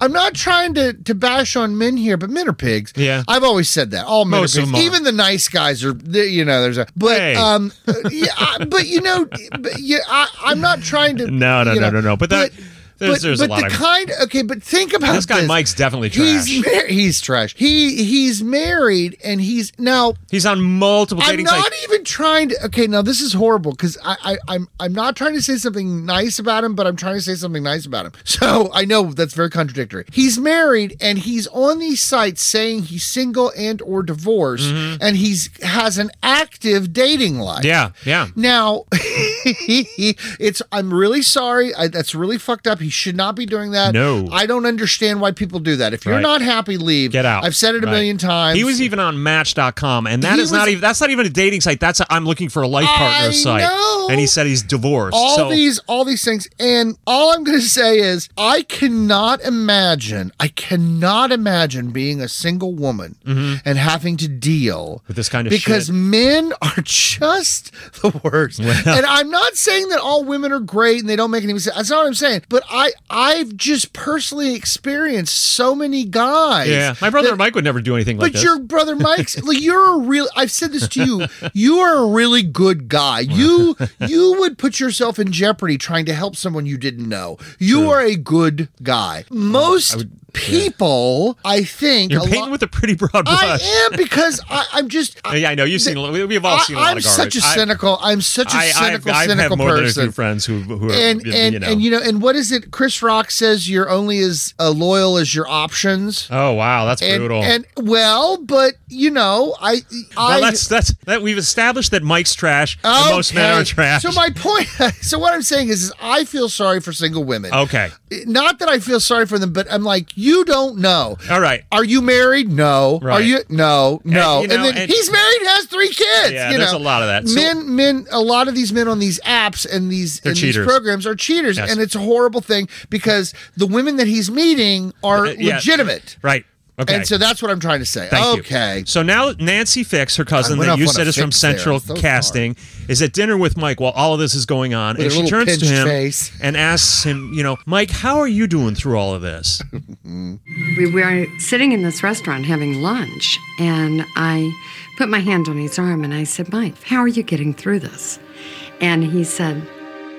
Speaker 1: I'm not trying to to bash on men here, but men are pigs.
Speaker 2: Yeah.
Speaker 1: I've always said that. All men
Speaker 2: Most
Speaker 1: are
Speaker 2: of
Speaker 1: pigs.
Speaker 2: them are.
Speaker 1: Even the nice guys are, they- you know, there's a, but,
Speaker 2: Hey.
Speaker 1: um, yeah, I, but you know, but yeah, I, I'm not trying to,
Speaker 2: No, no,
Speaker 1: you
Speaker 2: no,
Speaker 1: know,
Speaker 2: no, no. But that- there's-
Speaker 1: but,
Speaker 2: there's a
Speaker 1: but
Speaker 2: lot
Speaker 1: the
Speaker 2: of-
Speaker 1: kind, okay, but think about
Speaker 2: This guy Mike's definitely
Speaker 1: He's, mar- he's trash. He, he's married and he's now,
Speaker 2: He's on multiple
Speaker 1: I'm
Speaker 2: dating
Speaker 1: not
Speaker 2: sites.
Speaker 1: even trying to. Okay, now this is horrible because I, I, I'm, I'm not trying to say something nice about him, but I'm trying to say something nice about him. So I know that's very contradictory. He's married and he's on these sites saying he's single and or divorced, and he's has an active dating life.
Speaker 2: Mm-hmm. Yeah, yeah.
Speaker 1: Now, it's. I'm really sorry. I, that's really fucked up. He should not be doing that.
Speaker 2: No.
Speaker 1: I don't understand why people do that. If you're
Speaker 2: Right.
Speaker 1: not happy, leave.
Speaker 2: Get out.
Speaker 1: I've said it a
Speaker 2: Right.
Speaker 1: million times.
Speaker 2: He was even on Match.com, and that
Speaker 1: He
Speaker 2: is not
Speaker 1: was-
Speaker 2: even that's not even a dating site. That's a, I'm looking for a life partner
Speaker 1: I
Speaker 2: site.
Speaker 1: know.
Speaker 2: And he said he's divorced.
Speaker 1: all
Speaker 2: so
Speaker 1: these all these things and all i'm going to say is i cannot imagine i cannot imagine being a single woman and having to deal
Speaker 2: Mm-hmm. With this kind of
Speaker 1: because
Speaker 2: shit.
Speaker 1: men are just the worst and i'm not saying that all women are great and they don't make any mistakes that's not what i'm saying but i i've just personally experienced so many guys
Speaker 2: yeah, my brother
Speaker 1: that-
Speaker 2: Mike would never do anything
Speaker 1: but
Speaker 2: like this.
Speaker 1: your brother Mike's like you're a real I've said this to you. You are a really good guy. You you would put yourself in jeopardy trying to help someone you didn't know. You are a good guy. Most people, I think
Speaker 2: You're
Speaker 1: a
Speaker 2: painting
Speaker 1: lo-
Speaker 2: with a pretty broad brush. Uh,
Speaker 1: I am because I, I'm just I,
Speaker 2: yeah, I know you've seen. a lot- We've all seen a lot
Speaker 1: am
Speaker 2: of
Speaker 1: such
Speaker 2: garbage.
Speaker 1: a
Speaker 2: I-
Speaker 1: cynical I, am such a
Speaker 2: I,
Speaker 1: cynical
Speaker 2: I've, I've
Speaker 1: cynical
Speaker 2: had more
Speaker 1: person.
Speaker 2: than a few friends who who are
Speaker 1: and and
Speaker 2: you know.
Speaker 1: and you know and what is it? Chris Rock says you're only as uh, loyal as your options.
Speaker 2: oh wow, that's
Speaker 1: and,
Speaker 2: brutal.
Speaker 1: and well, but you know, I
Speaker 2: well,
Speaker 1: I
Speaker 2: that's that's that we've established that Mike's trash. and most men
Speaker 1: Okay.
Speaker 2: are trash.
Speaker 1: So my point, so what I'm saying is, is I feel sorry for single women.
Speaker 2: okay,
Speaker 1: Not that I feel sorry for them, but I'm like, you don't know.
Speaker 2: all right.
Speaker 1: Are you married? No. Are
Speaker 2: Right.
Speaker 1: you no, no.
Speaker 2: you
Speaker 1: And,
Speaker 2: know,
Speaker 1: then
Speaker 2: and-
Speaker 1: he's married, has three kids.
Speaker 2: Yeah,
Speaker 1: you
Speaker 2: there's
Speaker 1: know?
Speaker 2: a lot of that. So-
Speaker 1: men, men, a lot of these men on these apps and these
Speaker 2: They're
Speaker 1: and
Speaker 2: cheaters.
Speaker 1: these programs are cheaters,
Speaker 2: Yes.
Speaker 1: and it's a horrible thing because the women that he's meeting are
Speaker 2: Uh, yeah.
Speaker 1: legitimate.
Speaker 2: Right. Okay.
Speaker 1: And so that's what I'm trying to say.
Speaker 2: Thank you.
Speaker 1: okay.
Speaker 2: So now Nancy Fix, her cousin
Speaker 1: I went
Speaker 2: that
Speaker 1: off
Speaker 2: you
Speaker 1: on a
Speaker 2: said is from
Speaker 1: fix there.
Speaker 2: Central
Speaker 1: I'm so
Speaker 2: Casting, is at dinner with Mike while all of this is going on,
Speaker 1: With
Speaker 2: and
Speaker 1: her
Speaker 2: she
Speaker 1: little
Speaker 2: turns to
Speaker 1: pinched
Speaker 2: him
Speaker 1: face.
Speaker 2: and asks him, you know, Mike, how are you doing through all of this?
Speaker 6: We were sitting in this restaurant having lunch, and I put my hand on his arm and I said, Mike, how are you getting through this? And he said,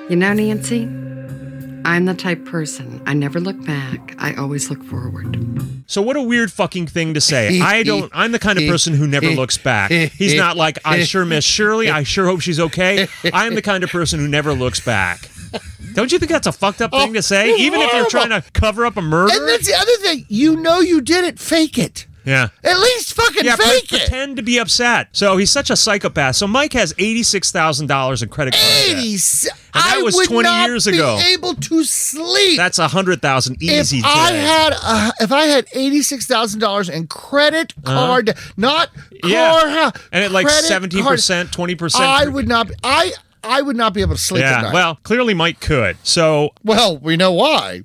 Speaker 6: You know, Nancy, I'm the type person. I never look back, I always look forward.
Speaker 2: So what a weird fucking thing to say. I don't. I'm the kind of person who never looks back. He's not like I sure miss Shirley. I sure hope she's okay. I'm the kind of person who never looks back. Don't you think that's a fucked up thing to say? Even if you're trying to cover up a murder?
Speaker 1: Oh, And that's the other thing. You know you did it. Fake it.
Speaker 2: yeah.
Speaker 1: At least fucking
Speaker 2: yeah,
Speaker 1: fake
Speaker 2: pre-
Speaker 1: it.
Speaker 2: pretend to be upset. So he's such a psychopath. So Mike has eighty-six thousand dollars in credit card debt.
Speaker 1: 80s.
Speaker 2: And that
Speaker 1: I
Speaker 2: was
Speaker 1: would
Speaker 2: 20
Speaker 1: not
Speaker 2: years
Speaker 1: be
Speaker 2: ago.
Speaker 1: able to sleep.
Speaker 2: That's a hundred thousand
Speaker 1: if
Speaker 2: easy.
Speaker 1: I
Speaker 2: today.
Speaker 1: had uh, if I had eighty six thousand dollars in credit card, not car,
Speaker 2: Uh-huh. Yeah.
Speaker 1: house,
Speaker 2: and at like
Speaker 1: credit card,
Speaker 2: seventeen percent, twenty percent.
Speaker 1: I would not. Be, I I would not be able to sleep at
Speaker 2: Yeah.
Speaker 1: night.
Speaker 2: Well, clearly Mike could. So
Speaker 1: well, we know why.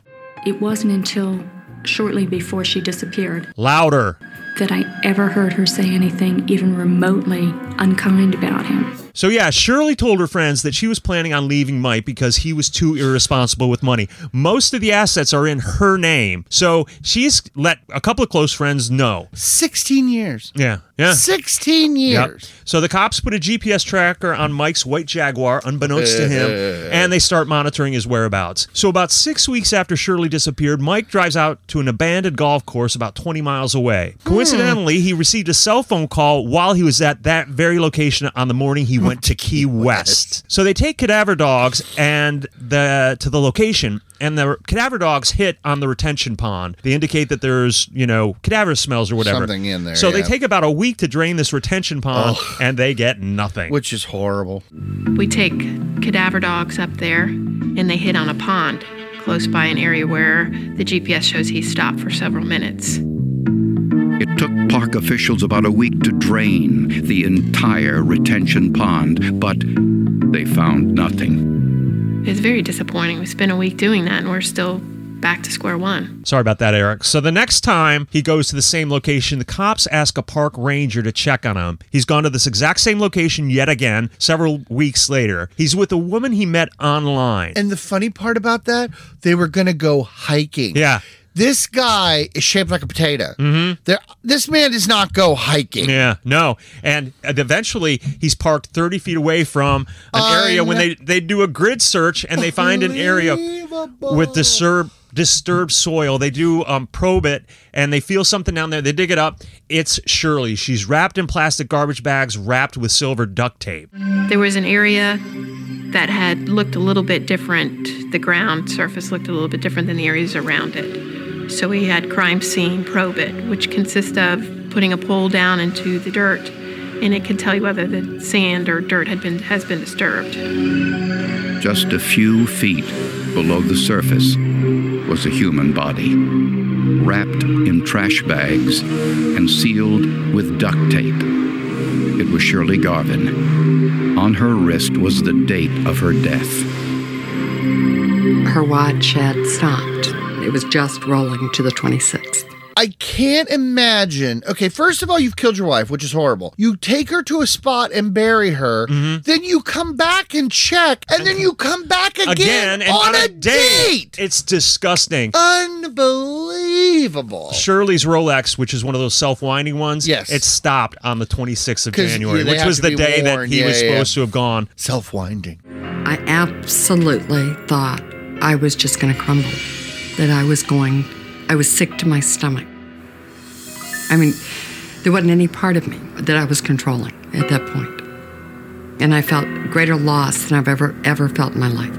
Speaker 8: It wasn't until shortly before she disappeared
Speaker 2: louder.
Speaker 8: that I ever heard her say anything even remotely unkind about him.
Speaker 2: So yeah, Shirley told her friends that she was planning on leaving Mike because he was too irresponsible with money. Most of the assets are in her name, so she's let a couple of close friends know.
Speaker 1: sixteen years.
Speaker 2: Yeah, yeah.
Speaker 1: Sixteen
Speaker 2: Yep.
Speaker 1: years.
Speaker 2: So the cops put a GPS tracker on Mike's white Jaguar, unbeknownst to
Speaker 1: Eh,
Speaker 2: him, and they start monitoring his whereabouts. So about six weeks after Shirley disappeared, Mike drives out to an abandoned golf course about 20 miles away.
Speaker 1: Hmm.
Speaker 2: Coincidentally, he received a cell phone call while he was at that very location on the morning he went to Key West. So they take cadaver dogs and the to the location. And the cadaver dogs hit on the retention pond. They indicate that there's, you know, cadaver smells or whatever.
Speaker 1: Something in there,
Speaker 2: So they
Speaker 1: yeah.
Speaker 2: take about a week to drain this retention pond, and they get nothing.
Speaker 1: Which is horrible.
Speaker 10: We take cadaver dogs up there and they hit on a pond close by an area where the GPS shows he stopped for several minutes.
Speaker 4: It took park officials about a week to drain the entire retention pond, but they found nothing.
Speaker 10: It's very disappointing. We spent a week doing that and we're still back to square one.
Speaker 2: Sorry about that, Eric. So the next time he goes to the same location, the cops ask a park ranger to check on him. He's gone to this exact same location yet again several weeks later. He's with a woman he met online.
Speaker 1: And the funny part about that, they were going to go hiking.
Speaker 2: Yeah.
Speaker 1: This guy is shaped like a potato. Mm-hmm. There, this man does not go hiking.
Speaker 2: Yeah, no. And uh, eventually he's parked 30 feet away from an area when they, they do a grid search and they find an area with disturbed disturbed soil they do um, probe it and they feel something down there they dig it up it's shirley she's wrapped in plastic garbage bags wrapped with silver duct tape
Speaker 10: There was an area that had looked a little bit different. The ground surface looked a little bit different than the areas around it. So we had crime scene probe it, which consists of putting a pole down into the dirt and it can tell you whether the sand or dirt had been has been disturbed.
Speaker 4: Just a few feet below the surface was a human body, wrapped in trash bags and sealed with duct tape. It was Shirley Garvin. On her wrist was the date of her death.
Speaker 6: Her watch had stopped. It was just rolling to the 26th.
Speaker 1: I can't imagine. Okay, first of all, you've killed your wife, which is horrible. You take her to a spot and bury her.
Speaker 2: Mm-hmm.
Speaker 1: Then you come back and check, and then you come back again,
Speaker 2: again and
Speaker 1: on, a date.
Speaker 2: it's disgusting
Speaker 1: Unbelievable.
Speaker 2: Shirley's Rolex, which is one of those self-winding ones,
Speaker 1: Yes.
Speaker 2: it stopped on the 26th of
Speaker 1: 'Cause,
Speaker 2: January,
Speaker 1: yeah, they
Speaker 2: which
Speaker 1: have
Speaker 2: was
Speaker 1: to
Speaker 2: the
Speaker 1: be
Speaker 2: day that
Speaker 1: warned.
Speaker 2: he
Speaker 1: Yeah,
Speaker 2: was
Speaker 1: yeah, yeah.
Speaker 2: supposed to have gone.
Speaker 1: Self winding.
Speaker 6: I absolutely thought I was just going to crumble, that I was going, I was sick to my stomach. I mean, there wasn't any part of me that I was controlling at that point. And I felt greater loss than I've ever, ever felt in my life.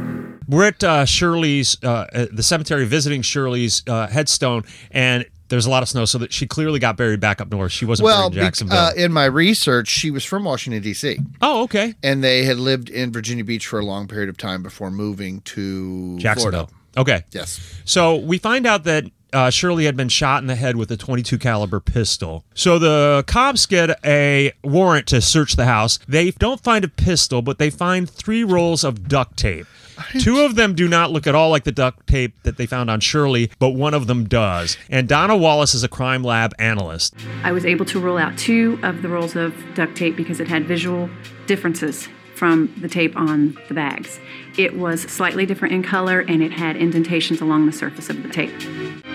Speaker 2: We're at uh, Shirley's, uh, uh, the cemetery, visiting Shirley's uh, headstone, and there's a lot of snow, so that she clearly got buried back up north. She wasn't
Speaker 1: Well,
Speaker 2: buried
Speaker 1: be-
Speaker 2: in Jacksonville.
Speaker 1: uh, in my research, she was from Washington, D.C.,
Speaker 2: oh, okay,
Speaker 1: and they had lived in Virginia Beach for a long period of time before moving to
Speaker 2: Jacksonville.
Speaker 1: Florida.
Speaker 2: Okay,
Speaker 1: Yes.
Speaker 2: So we find out that uh, Shirley had been shot in the head with a 22 caliber pistol. So the cops get a warrant to search the house. They don't find a pistol, but they find three rolls of duct tape. Two of them do not look at all like the duct tape that they found on Shirley, but one of them does. And Donna Wallace is a crime lab analyst.
Speaker 12: I was able to rule out two of the rolls of duct tape because it had visual differences from the tape on the bags. It was slightly different in color and it had indentations along the surface of the tape.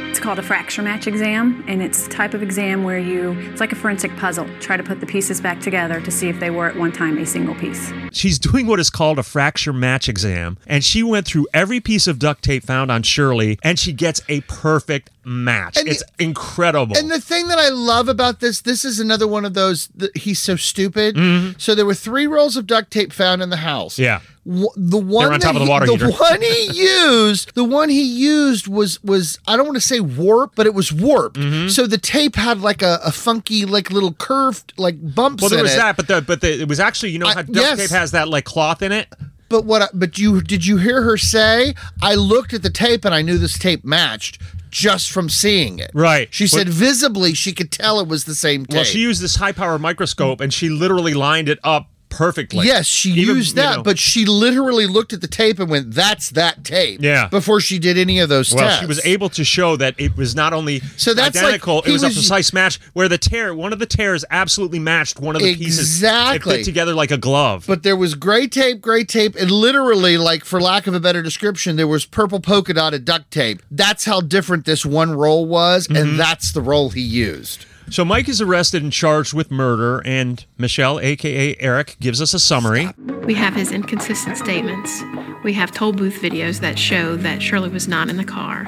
Speaker 12: It's called a fracture match exam, and it's a type of exam where you, it's like a forensic puzzle, try to put the pieces back together to see if they were at one time a single piece.
Speaker 2: She's doing what is called a fracture match exam, and she went through every piece of duct tape found on Shirley, and she gets a perfect match. it's incredible.
Speaker 1: And the thing that I love about this, this is another one of those. th- he's so stupid. So there were three rolls of duct tape found in the house.
Speaker 2: Mm-hmm. yeah.
Speaker 1: W- the one
Speaker 2: on
Speaker 1: that
Speaker 2: top of the
Speaker 1: he-
Speaker 2: water heater.
Speaker 1: one he used the one he used was was i don't want to say warp but it was warped
Speaker 2: Mm-hmm.
Speaker 1: so the tape had like a, a funky like little curved like bumps
Speaker 2: Well, there
Speaker 1: in
Speaker 2: was
Speaker 1: it.
Speaker 2: that, but the, but the, it was actually you know how duct
Speaker 1: yes.
Speaker 2: tape has that like cloth in it.
Speaker 1: but what I, but you did you hear her say i looked at the tape and i knew this tape matched just from seeing it
Speaker 2: Right.
Speaker 1: she said
Speaker 2: But-
Speaker 1: visibly she could tell it was the same tape
Speaker 2: Well, she used this high power microscope and she literally lined it up perfectly.
Speaker 1: yes, she
Speaker 2: Even,
Speaker 1: used
Speaker 2: you
Speaker 1: that,
Speaker 2: know-
Speaker 1: but she literally looked at the tape and went, "That's that tape."
Speaker 2: Yeah.
Speaker 1: Before she did any of those
Speaker 2: well,
Speaker 1: tests,
Speaker 2: she was able to show that it was not only
Speaker 1: So that's like
Speaker 2: identical;
Speaker 1: he
Speaker 2: it was,
Speaker 1: was-
Speaker 2: a precise match where the tear, one of the tears, absolutely matched one of the pieces. It
Speaker 1: Exactly.
Speaker 2: fit together like a glove.
Speaker 1: But there was gray tape, gray tape, and literally, like for lack of a better description, there was purple polka dotted duct tape. That's how different this one roll was,
Speaker 2: Mm-hmm.
Speaker 1: and that's the roll he used.
Speaker 2: So Mike is arrested and charged with murder, and Michelle, aka Eric, gives us a summary.
Speaker 10: We have his inconsistent statements. We have toll booth videos that show that Shirley was not in the car.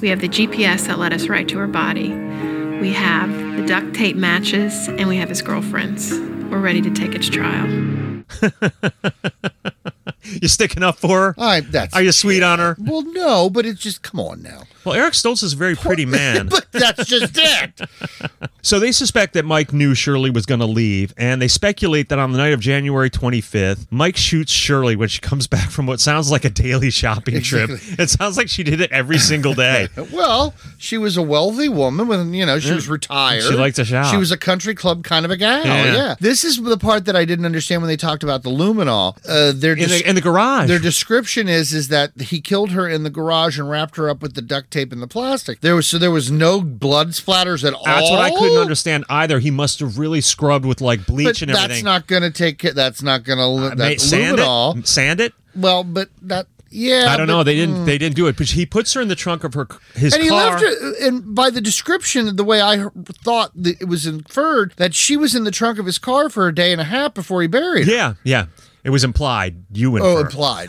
Speaker 10: We have the GPS that led us right to her body. We have the duct tape matches, and we have his girlfriends. We're ready to take it to trial.
Speaker 2: You sticking up for her?
Speaker 1: I, that's,
Speaker 2: Are you sweet on her?
Speaker 1: Well, no, but it's just come on now.
Speaker 2: Well, Eric Stoltz is a very pretty man.
Speaker 1: but that's just it.
Speaker 2: So they suspect that Mike knew Shirley was going to leave, and they speculate that on the night of January 25th, Mike shoots Shirley when she comes back from what sounds like a daily shopping trip. It sounds like she did it every single day.
Speaker 1: Well, she was a wealthy woman with, you know, she was retired.
Speaker 2: She liked to shop.
Speaker 1: She was a country club kind of a gal.
Speaker 2: Yeah.
Speaker 1: Yeah. This is the part that I didn't understand when they talked about the luminol. Uh, their
Speaker 2: In
Speaker 1: des-
Speaker 2: the, in the garage.
Speaker 1: Their description is is that he killed her in the garage and wrapped her up with the duct tape and the plastic. There was so there was no blood splatters at all.
Speaker 2: That's what I couldn't understand either. He must have really scrubbed with like bleach
Speaker 1: But
Speaker 2: and
Speaker 1: that's
Speaker 2: everything. Uh,
Speaker 1: not going to take. ca- That's not going to.
Speaker 2: Ma-
Speaker 1: That
Speaker 2: sand
Speaker 1: luminol.
Speaker 2: it. Sand it.
Speaker 1: Well, but that. Yeah.
Speaker 2: I don't
Speaker 1: but-
Speaker 2: know. They
Speaker 1: mm.
Speaker 2: didn't. They didn't do it. But he puts her in the trunk of her his
Speaker 1: and he
Speaker 2: car.
Speaker 1: left her, and by the description, the way I he- thought that it was inferred that she was in the trunk of his car for a day and a half before he buried her.
Speaker 2: Yeah, yeah. It was implied. You infer.
Speaker 1: Oh, implied.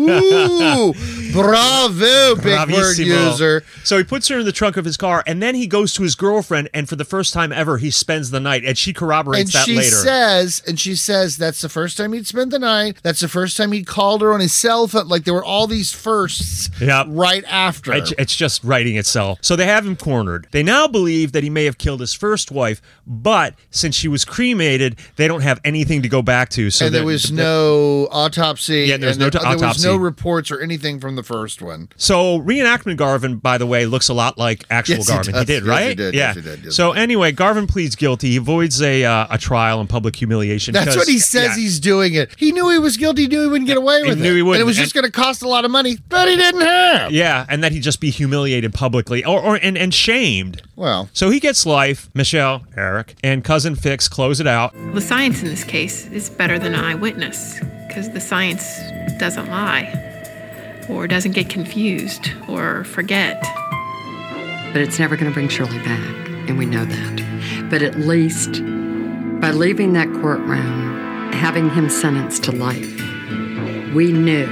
Speaker 1: Oh, ooh, bravo, big word
Speaker 2: Bravissimo.
Speaker 1: user.
Speaker 2: So he puts her in the trunk of his car, and then he goes to his girlfriend, and for the first time ever, he spends the night, and she corroborates
Speaker 1: and
Speaker 2: that
Speaker 1: she
Speaker 2: later.
Speaker 1: says and she says that's the first time he'd spent the night that's the first time he called her on his cell phone like there were all these firsts
Speaker 2: Yep.
Speaker 1: right after
Speaker 2: It's, it's just writing itself. So they have him cornered. They now believe that he may have killed his first wife, but since she was cremated, they don't have anything to go back to. So
Speaker 1: and there
Speaker 2: that-
Speaker 1: was no autopsy
Speaker 2: Yeah, there was
Speaker 1: and there,
Speaker 2: no t-
Speaker 1: there was no
Speaker 2: autopsy.
Speaker 1: reports or anything from the first one
Speaker 2: So reenactment Garvin, by the way, looks a lot like actual
Speaker 1: Yes, he
Speaker 2: Garvin. He,
Speaker 1: does.
Speaker 2: did,
Speaker 1: Yes,
Speaker 2: right?
Speaker 1: he did.
Speaker 2: Yeah.
Speaker 1: Yes, he did. Yes,
Speaker 2: so anyway, Garvin pleads guilty. He avoids a uh, a trial and public humiliation.
Speaker 1: that's what
Speaker 2: because-
Speaker 1: he says
Speaker 2: yeah.
Speaker 1: he's doing it he knew he was guilty knew he wouldn't get away
Speaker 2: He
Speaker 1: with it
Speaker 2: knew he
Speaker 1: and it
Speaker 2: wouldn't,
Speaker 1: was just
Speaker 2: and-
Speaker 1: going to cost a lot of money but he didn't have
Speaker 2: Yeah, and that he'd just be humiliated publicly or, or and, and shamed.
Speaker 1: well
Speaker 2: So he gets life. Michelle, Eric, and cousin Fix close it out.
Speaker 10: The science in this case is better than eyewitness because the science doesn't lie or doesn't get confused or forget.
Speaker 6: But it's never going to bring Shirley back, and we know that. But at least by leaving that courtroom, having him sentenced to life, we knew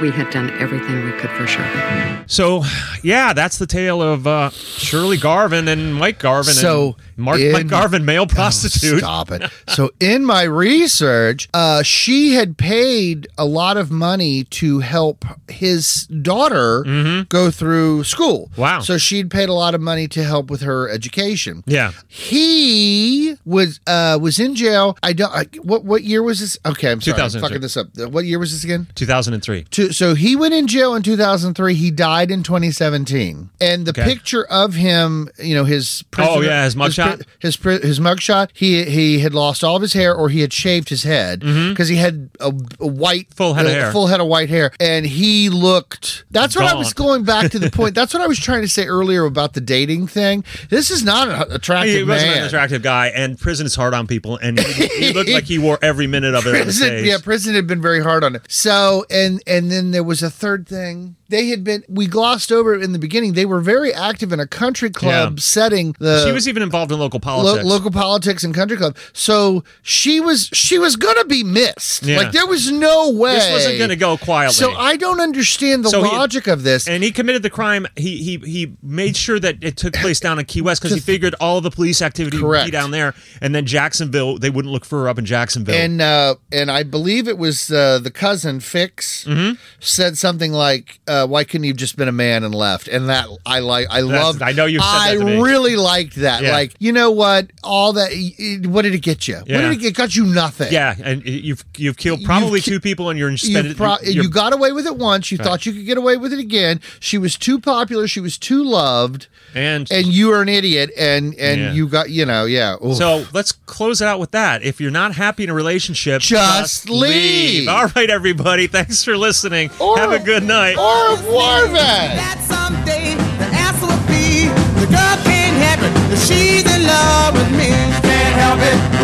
Speaker 6: we had done everything we could for Shirley.
Speaker 2: So, yeah, that's the tale of uh, Shirley Garvin and Mike Garvin.
Speaker 1: So,
Speaker 2: and Mark
Speaker 1: in- Oh,
Speaker 2: Mike Garvin, male prostitute.
Speaker 1: Stop it. So in my research, uh, she had paid a lot of money to help his daughter go through school.
Speaker 2: Mm-hmm. Wow.
Speaker 1: So she'd paid a lot of money to help with her education.
Speaker 2: Yeah.
Speaker 1: He was uh, was in jail. I don't. I, what what year was this? Okay, I'm sorry. I'm
Speaker 2: 2003.
Speaker 1: fucking this up. What year was this again?
Speaker 2: 2003.
Speaker 1: To, so he went in jail in 2003. He died in 2017. And the
Speaker 2: Okay. Oh,
Speaker 1: picture of him, you know, his
Speaker 2: yeah, his mugshot?
Speaker 1: pri- his pri- his mugshot. He he had lost all of his hair, or he had shaved his head because he had a, a white
Speaker 2: Mm-hmm. Full head of
Speaker 1: a
Speaker 2: hair.
Speaker 1: full head of white hair, and he looked. That's what I was
Speaker 2: Gaunt.
Speaker 1: going back to the point. That's what I was trying to say earlier about the dating thing. This is not an attractive
Speaker 2: He wasn't
Speaker 1: man.
Speaker 2: an attractive guy, and prison is hard on people, and he, he looked like he wore every minute of it. on the
Speaker 1: prison,
Speaker 2: stage.
Speaker 1: yeah, prison had been very hard on him. So, and and then there was a third thing. They had been, we glossed over it in the beginning. They were very active in a country club
Speaker 2: Yeah.
Speaker 1: setting. The,
Speaker 2: she was even involved in local
Speaker 1: lo-
Speaker 2: politics.
Speaker 1: local politics and country club. So she was she was gonna be missed.
Speaker 2: Yeah.
Speaker 1: Like there was no way
Speaker 2: This wasn't going to go quietly.
Speaker 1: So I don't understand the
Speaker 2: So he-
Speaker 1: logic of this.
Speaker 2: and he committed the crime. He he he made sure that it took place down in Key West because he figured all the police activity would
Speaker 1: Correct.
Speaker 2: be down there, and then Jacksonville. They wouldn't look for her up in Jacksonville.
Speaker 1: And uh, and I believe it was uh, the cousin Fix
Speaker 2: Mm-hmm.
Speaker 1: said something like, uh, "Why couldn't you have just been a man and left?" And that I like, I
Speaker 2: That's-
Speaker 1: love.
Speaker 2: I know you've said
Speaker 1: I
Speaker 2: that to me.
Speaker 1: really liked that.
Speaker 2: Yeah.
Speaker 1: Like, you know what? All that. y- y- What did it get you? What
Speaker 2: Yeah.
Speaker 1: did it, get? it got you? Nothing.
Speaker 2: yeah, and you've you've killed probably two people, and you're
Speaker 1: You,
Speaker 2: spending.
Speaker 1: pro- you got away with it once. You
Speaker 2: Right.
Speaker 1: thought you could get away with it again. She was too popular. She was too loved.
Speaker 2: And-
Speaker 1: and you were an idiot. And and
Speaker 2: Yeah.
Speaker 1: you got you know yeah. Oof.
Speaker 2: So let's close it out with that. If you're not happy in a relationship,
Speaker 1: Just leave.
Speaker 2: All right, everybody. Thanks for listening. Have a good night.
Speaker 1: Au revoir, then.
Speaker 3: That someday the answer will be the girl can't help it if she's in love with me. Can't help it,